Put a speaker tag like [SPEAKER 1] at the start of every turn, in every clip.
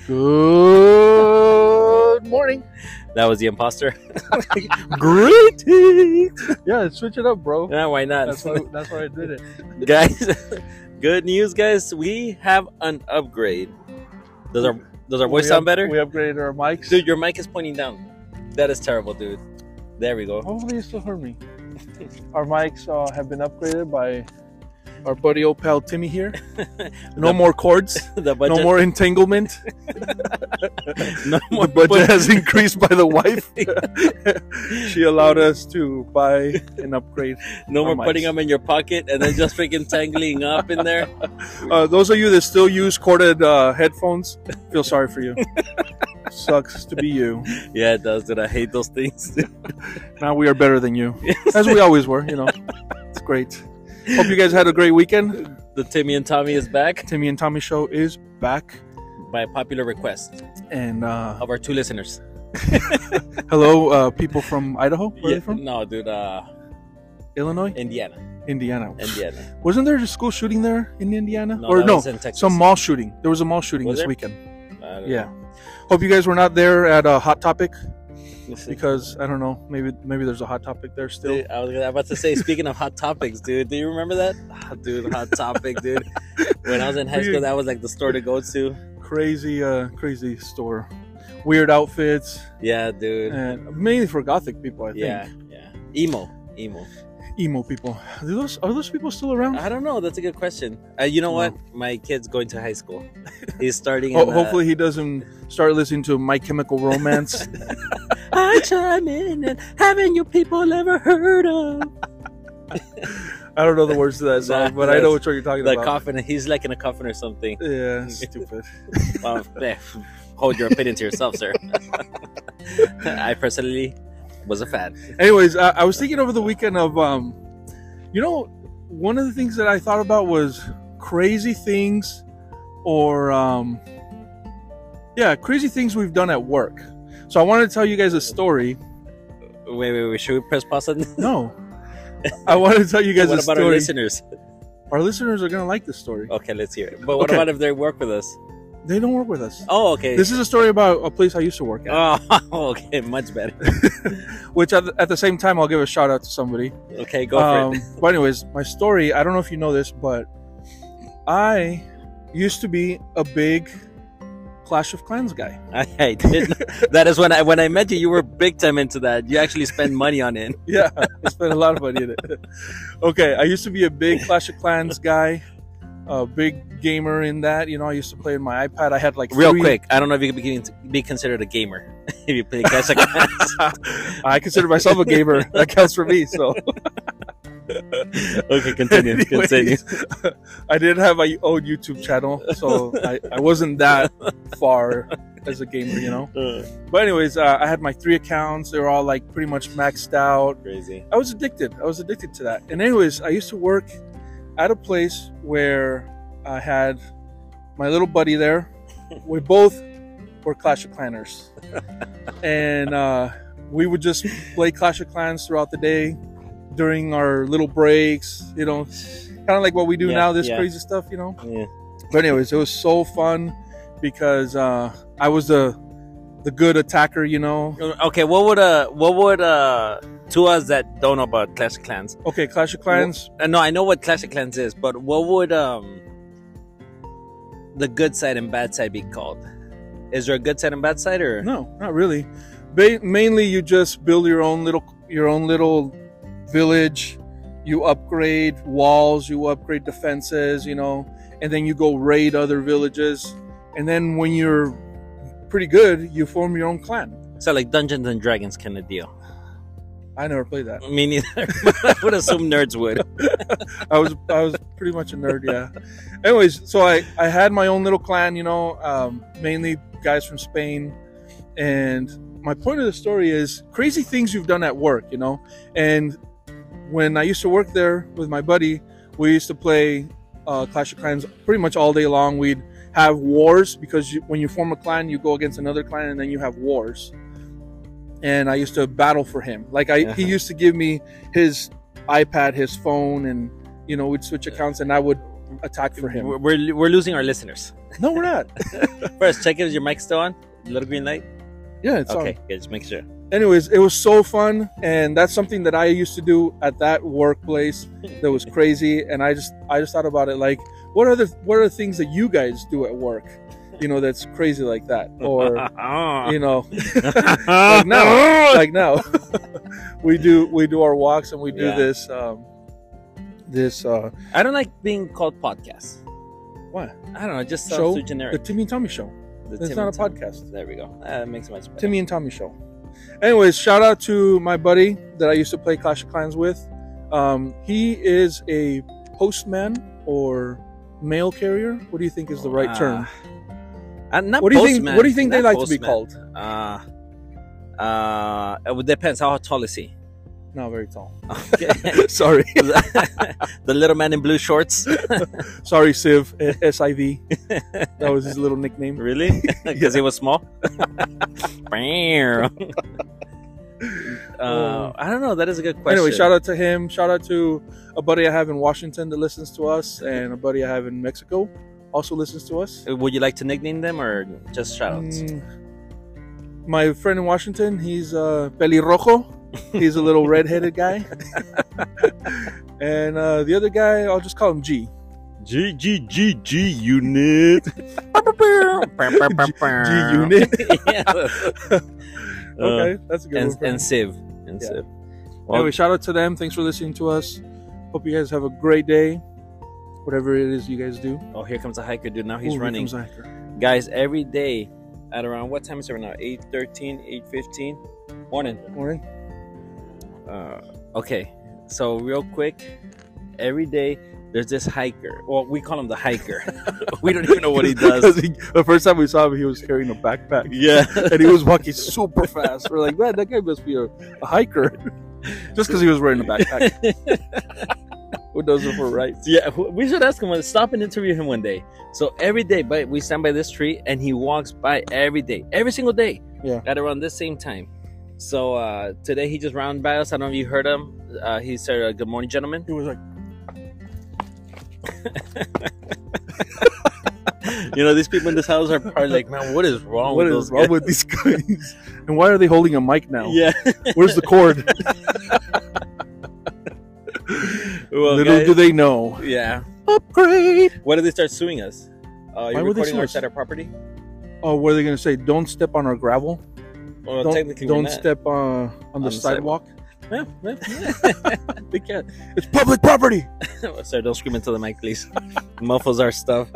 [SPEAKER 1] Good morning.
[SPEAKER 2] That was the imposter.
[SPEAKER 1] Greetings. Yeah, switch it up, bro.
[SPEAKER 2] Yeah, why not?
[SPEAKER 1] That's why, that's why I did it.
[SPEAKER 2] guys, good news, guys. We have an upgrade. Does our does our voice
[SPEAKER 1] We
[SPEAKER 2] sound
[SPEAKER 1] up-
[SPEAKER 2] better?
[SPEAKER 1] We upgraded our mics.
[SPEAKER 2] Dude, your mic is pointing down. That is terrible, dude. There we go.
[SPEAKER 1] Hopefully, you still hear me. Our mics uh, have been upgraded by our buddy old pal Timmy here. No
[SPEAKER 2] The-
[SPEAKER 1] more cords.
[SPEAKER 2] The budget,
[SPEAKER 1] No more entanglement.
[SPEAKER 2] no more
[SPEAKER 1] the budget
[SPEAKER 2] budget.
[SPEAKER 1] has increased by the wife. she allowed us to buy an upgrade.
[SPEAKER 2] No more
[SPEAKER 1] mics.
[SPEAKER 2] putting them in your pocket and then just freaking tangling up in there.
[SPEAKER 1] Uh, those of you that still use corded uh, headphones, feel sorry for you. Sucks to be you.
[SPEAKER 2] Yeah, it does, dude. I hate those things.
[SPEAKER 1] Now we are better than you, as we always were. You know, it's great. Hope you guys had a great weekend.
[SPEAKER 2] the Timmy and Tommy is back
[SPEAKER 1] Timmy and Tommy show is back,
[SPEAKER 2] by popular request
[SPEAKER 1] and uh,
[SPEAKER 2] of our two listeners.
[SPEAKER 1] hello, uh, people from Idaho. Where are they from?
[SPEAKER 2] No, dude. Uh,
[SPEAKER 1] Illinois,
[SPEAKER 2] Indiana.
[SPEAKER 1] Indiana.
[SPEAKER 2] Indiana.
[SPEAKER 1] Wasn't there a school shooting there in Indiana,
[SPEAKER 2] No,
[SPEAKER 1] or
[SPEAKER 2] that
[SPEAKER 1] no,
[SPEAKER 2] was in Texas.
[SPEAKER 1] some mall shooting? There was a mall shooting
[SPEAKER 2] Was
[SPEAKER 1] this
[SPEAKER 2] there?
[SPEAKER 1] weekend.
[SPEAKER 2] I don't
[SPEAKER 1] Yeah. Hope you guys were not there at uh, Hot Topic
[SPEAKER 2] know.
[SPEAKER 1] because I don't know. Maybe maybe there's a Hot Topic there still.
[SPEAKER 2] Dude, I was gonna- about to say, speaking of hot topics, dude, do you remember that? Ah, dude, hot topic, dude. When I was in high school,
[SPEAKER 1] Dude.
[SPEAKER 2] that was like the store to go to.
[SPEAKER 1] crazy uh crazy store weird outfits
[SPEAKER 2] Yeah, dude.
[SPEAKER 1] and mainly for gothic people i think
[SPEAKER 2] yeah, yeah. Emo, emo.
[SPEAKER 1] emo people are those are those people still around
[SPEAKER 2] I don't know. That's a good question. Uh, you know what? My kid's going to high school. He's starting.
[SPEAKER 1] Ho-
[SPEAKER 2] in, uh,
[SPEAKER 1] Oh, hopefully he doesn't start listening to my chemical romance
[SPEAKER 2] I chime in and haven't you people ever heard of
[SPEAKER 1] i don't know the words to that song
[SPEAKER 2] Nah,
[SPEAKER 1] but i know
[SPEAKER 2] that's-
[SPEAKER 1] which one you're talking
[SPEAKER 2] the
[SPEAKER 1] about
[SPEAKER 2] coffin? He's like in a coffin or something.
[SPEAKER 1] yeah stupid
[SPEAKER 2] Well, eh, hold your opinion to yourself, sir. I personally was a fan.
[SPEAKER 1] anyways I, I was thinking over the weekend of um you know one of the things that i thought about was crazy things or um yeah crazy things we've done at work so i wanted to tell you guys a story
[SPEAKER 2] Wait, wait, wait. Should we press pause on this?
[SPEAKER 1] No. I want to tell you guys
[SPEAKER 2] what
[SPEAKER 1] a
[SPEAKER 2] about
[SPEAKER 1] story.
[SPEAKER 2] our Oh.
[SPEAKER 1] Our,
[SPEAKER 2] listeners?
[SPEAKER 1] listeners are going to like this story.
[SPEAKER 2] Okay, let's hear it. But what
[SPEAKER 1] Okay.
[SPEAKER 2] about if they work with us?
[SPEAKER 1] They don't work with us.
[SPEAKER 2] Oh, okay.
[SPEAKER 1] This is a story about a place I used to work at,
[SPEAKER 2] oh, okay, much better.
[SPEAKER 1] which at, at the same time, I'll give a shout out to somebody. Um,
[SPEAKER 2] Okay, go for it.
[SPEAKER 1] but, anyways, my story I don't know if you know this, but I used to be a big Clash of Clans guy.
[SPEAKER 2] I, I did. That is when I when I met you, you were big time into that. You actually spend money on it.
[SPEAKER 1] yeah, I spent a lot of money in it. Okay, I used to be a big Clash of Clans guy, a big gamer in that. You know, I used to play on my iPad. I had like
[SPEAKER 2] Real
[SPEAKER 1] three-
[SPEAKER 2] quick, I don't know if you could be, be considered a gamer if you play Clash of Clans.
[SPEAKER 1] I consider myself a gamer. That counts for me. So,
[SPEAKER 2] okay, continue,
[SPEAKER 1] Anyways,
[SPEAKER 2] continue.
[SPEAKER 1] I didn't have my own YouTube channel, so I, I wasn't that far as a gamer, you know.
[SPEAKER 2] Uh,
[SPEAKER 1] But anyways, uh, I had my three accounts. They were all like pretty much maxed out.
[SPEAKER 2] crazy.
[SPEAKER 1] I was addicted. I was addicted to that. And anyways, I used to work at a place where I had my little buddy there. We both were Clash of Clanners, and uh, we would just play Clash of Clans throughout the day during our little breaks. You know, kind of like what we do
[SPEAKER 2] Yeah,
[SPEAKER 1] now. This
[SPEAKER 2] yeah.
[SPEAKER 1] crazy stuff, you know.
[SPEAKER 2] Yeah.
[SPEAKER 1] But anyways, it was so fun because uh, I was the the good attacker. You know,
[SPEAKER 2] Okay, what would uh what would uh to us that don't know about Clash of Clans?
[SPEAKER 1] okay, Clash of Clans.
[SPEAKER 2] Uh, no, I know what Clash of Clans is, but what would um the good side and bad side be called? Is there a good side and bad side, or
[SPEAKER 1] No, not really. Ba- mainly, you just build your own little your own little village. You upgrade walls, you upgrade defenses, you know, and then you go raid other villages. And then when you're pretty good, you form your own clan.
[SPEAKER 2] so like Dungeons and Dragons kind of deal?
[SPEAKER 1] I never played that.
[SPEAKER 2] Me neither. I would assume nerds would.
[SPEAKER 1] I was I was pretty much a nerd, yeah. Anyways, so I I had my own little clan, you know, um, mainly guys from Spain, and my point of the story is crazy things you've done at work, you know. And when I used to work there with my buddy, we used to play uh, Clash of Clans pretty much all day long. We'd have wars because you, when you form a clan, you go against another clan, and then you have wars. And I used to battle for him. Like I, he
[SPEAKER 2] Uh-huh.
[SPEAKER 1] used to give me his iPad, his phone, and you know we'd switch accounts, and I would attack for him.
[SPEAKER 2] We're, we're we're losing our listeners.
[SPEAKER 1] No, we're not.
[SPEAKER 2] First, check if your mic's still on. Little green light.
[SPEAKER 1] Yeah, it's
[SPEAKER 2] okay,
[SPEAKER 1] on.
[SPEAKER 2] good. Just make sure.
[SPEAKER 1] Anyways, it was so fun, and that's something that I used to do at that workplace that was crazy. And I just, I just thought about it like, what are the, what are the things that you guys do at work, you know, that's crazy like that, or you know, like now, like now, we do, we do our walks and we do
[SPEAKER 2] Yeah.
[SPEAKER 1] this, um, this uh,
[SPEAKER 2] I don't like being called podcast.
[SPEAKER 1] What?
[SPEAKER 2] I don't know. It just sounds
[SPEAKER 1] Show?
[SPEAKER 2] too
[SPEAKER 1] the
[SPEAKER 2] generic.
[SPEAKER 1] Timmy and Tommy show.
[SPEAKER 2] The
[SPEAKER 1] It's
[SPEAKER 2] Tim
[SPEAKER 1] not a
[SPEAKER 2] and Tom.
[SPEAKER 1] podcast.
[SPEAKER 2] There we go. That makes it much better.
[SPEAKER 1] Timmy and Tommy show. Anyways, shout out to my buddy that I used to play Clash of Clans with. Um, he is a postman or mail carrier. What do you think is the right
[SPEAKER 2] Ah.
[SPEAKER 1] term?
[SPEAKER 2] Uh, not
[SPEAKER 1] What do you think?
[SPEAKER 2] postman,
[SPEAKER 1] What do you think they
[SPEAKER 2] not
[SPEAKER 1] like to be
[SPEAKER 2] postman.
[SPEAKER 1] called?
[SPEAKER 2] Uh, uh, it would- depends. How tall is he?
[SPEAKER 1] Not very tall.
[SPEAKER 2] Okay.
[SPEAKER 1] Sorry,
[SPEAKER 2] the little man in blue shorts.
[SPEAKER 1] sorry, Civ S I V. That was his little nickname.
[SPEAKER 2] really? Because he was small. Bam. uh,
[SPEAKER 1] Oh.
[SPEAKER 2] I don't know. That is a good question.
[SPEAKER 1] Anyway, shout out to him. Shout out to a buddy I have in Washington that listens to us, and a buddy I have in Mexico also listens to us.
[SPEAKER 2] Uh, Would you like to nickname them or just shout outs?
[SPEAKER 1] Mm, my friend in Washington, he's uh, pelirrojo. He's a little red-headed guy. and uh, the other guy, I'll just call him G.
[SPEAKER 2] G G G G unit. G
[SPEAKER 1] G unit.
[SPEAKER 2] okay.
[SPEAKER 1] okay, that's a good
[SPEAKER 2] Uh, and
[SPEAKER 1] one. for
[SPEAKER 2] and
[SPEAKER 1] him.
[SPEAKER 2] Civ. And
[SPEAKER 1] Yeah.
[SPEAKER 2] Civ. Oh,
[SPEAKER 1] anyway, shout out to them. Thanks for listening to us. Hope you guys have a great day. Whatever it is you guys do.
[SPEAKER 2] oh, here comes a hiker, dude. Now
[SPEAKER 1] Ooh,
[SPEAKER 2] he's
[SPEAKER 1] here
[SPEAKER 2] running.
[SPEAKER 1] comes Hiker.
[SPEAKER 2] Guys, every day at around what time is it right now? 8 Morning.
[SPEAKER 1] Morning.
[SPEAKER 2] Uh, okay, so real quick, every day there's this hiker. Well, we call him the hiker. we don't even know what he does.
[SPEAKER 1] the first time we saw him, he was carrying a backpack.
[SPEAKER 2] Yeah.
[SPEAKER 1] And he was walking super fast. We're like, man, that guy must be a, a hiker. Just because he was wearing a backpack. Who does it for right?
[SPEAKER 2] Yeah, wh- we should ask him. uh, Stop and interview him one day. So every day, but we stand by this tree, and he walks by every day, every single day.
[SPEAKER 1] Yeah.
[SPEAKER 2] At around this same time. So uh, today he just rounded by us. I don't know if you heard him. Uh, he said, uh, "Good morning, gentlemen."
[SPEAKER 1] He was like,
[SPEAKER 2] you know, these people in this house are probably like, "Man, what is wrong
[SPEAKER 1] "What
[SPEAKER 2] with
[SPEAKER 1] is
[SPEAKER 2] those
[SPEAKER 1] wrong
[SPEAKER 2] guys?"
[SPEAKER 1] with these guys? And why are they holding a mic now?
[SPEAKER 2] Yeah.
[SPEAKER 1] Where's the cord?
[SPEAKER 2] Well,
[SPEAKER 1] Little
[SPEAKER 2] guys-
[SPEAKER 1] do they know.
[SPEAKER 2] yeah.
[SPEAKER 1] Upgrade.
[SPEAKER 2] What if they start suing us? Uh, you're
[SPEAKER 1] would they
[SPEAKER 2] recording
[SPEAKER 1] sue
[SPEAKER 2] our
[SPEAKER 1] us?
[SPEAKER 2] set of property?
[SPEAKER 1] Oh, what are they gonna say? Don't step on our gravel.
[SPEAKER 2] Well,
[SPEAKER 1] don't
[SPEAKER 2] technically,
[SPEAKER 1] don't
[SPEAKER 2] we're not.
[SPEAKER 1] step uh, on, the,
[SPEAKER 2] the
[SPEAKER 1] sidewalk.
[SPEAKER 2] sidewalk. Yeah, yeah. they can't.
[SPEAKER 1] It's public property.
[SPEAKER 2] Sorry, don't scream into the mic, please. Muffles our stuff.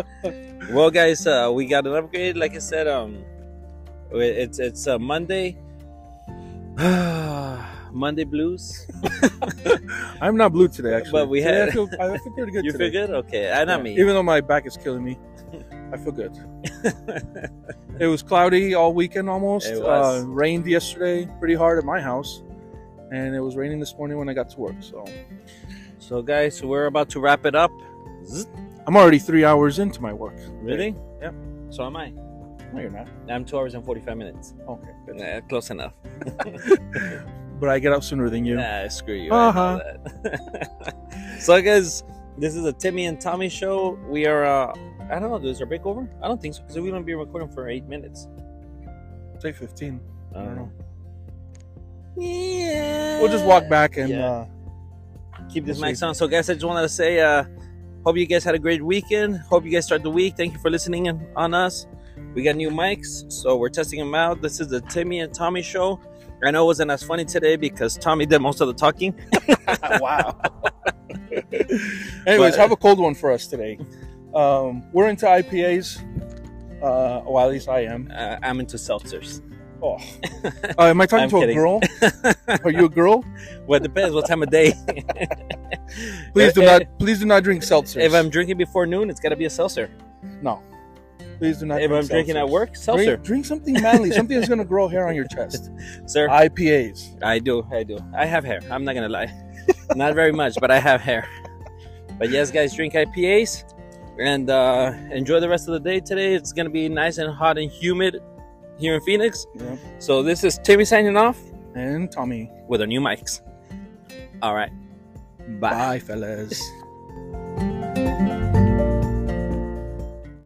[SPEAKER 2] Well, guys, uh, we got an upgrade. Like I said, um, it's it's uh, Monday. Monday blues.
[SPEAKER 1] I'm not blue today, actually.
[SPEAKER 2] But we
[SPEAKER 1] Today
[SPEAKER 2] had-
[SPEAKER 1] I feel, I feel pretty good.
[SPEAKER 2] you
[SPEAKER 1] today.
[SPEAKER 2] feel good? Okay, I not
[SPEAKER 1] Yeah,
[SPEAKER 2] me.
[SPEAKER 1] Even though my back is killing me, I feel good. it was cloudy all weekend almost.
[SPEAKER 2] It was.
[SPEAKER 1] Uh, rained yesterday pretty hard at my house, and it was raining this morning when I got to work. So
[SPEAKER 2] So, guys, we're about to wrap it up. Zzz,
[SPEAKER 1] I'm already three hours into my work.
[SPEAKER 2] Really?
[SPEAKER 1] Yep.
[SPEAKER 2] So am I.
[SPEAKER 1] No, you're not.
[SPEAKER 2] I'm two hours and forty-five minutes.
[SPEAKER 1] Okay. good.
[SPEAKER 2] Nah, close enough.
[SPEAKER 1] But I get up sooner than you.
[SPEAKER 2] Nah, screw you.
[SPEAKER 1] Uh-huh.
[SPEAKER 2] I know that. so, guys, this is a Timmy and Tommy show. We are, uh, I don't know, is our break over? I don't think so because we've only been recording for eight minutes.
[SPEAKER 1] Say 15. I don't know.
[SPEAKER 2] Yeah.
[SPEAKER 1] We'll just walk back and
[SPEAKER 2] Uh, Yeah.
[SPEAKER 1] uh,
[SPEAKER 2] Keep this
[SPEAKER 1] we'll
[SPEAKER 2] mic
[SPEAKER 1] see.
[SPEAKER 2] on. So, guys, I just wanted to say, uh, hope you guys had a great weekend. Hope you guys start the week. Thank you for listening in on us. We got new mics, so we're testing them out. This is the Timmy and Tommy show. I know it wasn't as funny today because Tommy did most of the talking.
[SPEAKER 1] wow. uh, Anyways,
[SPEAKER 2] But-
[SPEAKER 1] have a cold one for us today. Um, we're into IPAs. Uh, well, at least I am.
[SPEAKER 2] Uh, I'm into seltzers.
[SPEAKER 1] Oh, uh, am I talking
[SPEAKER 2] I'm
[SPEAKER 1] to
[SPEAKER 2] kidding.
[SPEAKER 1] a girl? Are you a girl?
[SPEAKER 2] Well, it depends what time of day.
[SPEAKER 1] Please do
[SPEAKER 2] Eh,
[SPEAKER 1] not.
[SPEAKER 2] eh,
[SPEAKER 1] Please do not drink seltzers.
[SPEAKER 2] If I'm drinking before noon, it's got to be a seltzer.
[SPEAKER 1] no, please do not.
[SPEAKER 2] if I'm
[SPEAKER 1] drink
[SPEAKER 2] drinking at
[SPEAKER 1] seltzers.
[SPEAKER 2] work,
[SPEAKER 1] drink,
[SPEAKER 2] seltzer.
[SPEAKER 1] drink something manly, something that's gonna grow hair on your chest.
[SPEAKER 2] Sir, I,
[SPEAKER 1] IPAs.
[SPEAKER 2] do. I do. I have hair. I'm not going to lie. not very much, but I have hair. But yes, guys, drink IPAs and uh, enjoy the rest of the day today. It's going to be nice and hot and humid here in Phoenix.
[SPEAKER 1] Yep.
[SPEAKER 2] So this is Timmy signing off
[SPEAKER 1] And Tommy,
[SPEAKER 2] with our new mics. All right. Bye.
[SPEAKER 1] bye, fellas.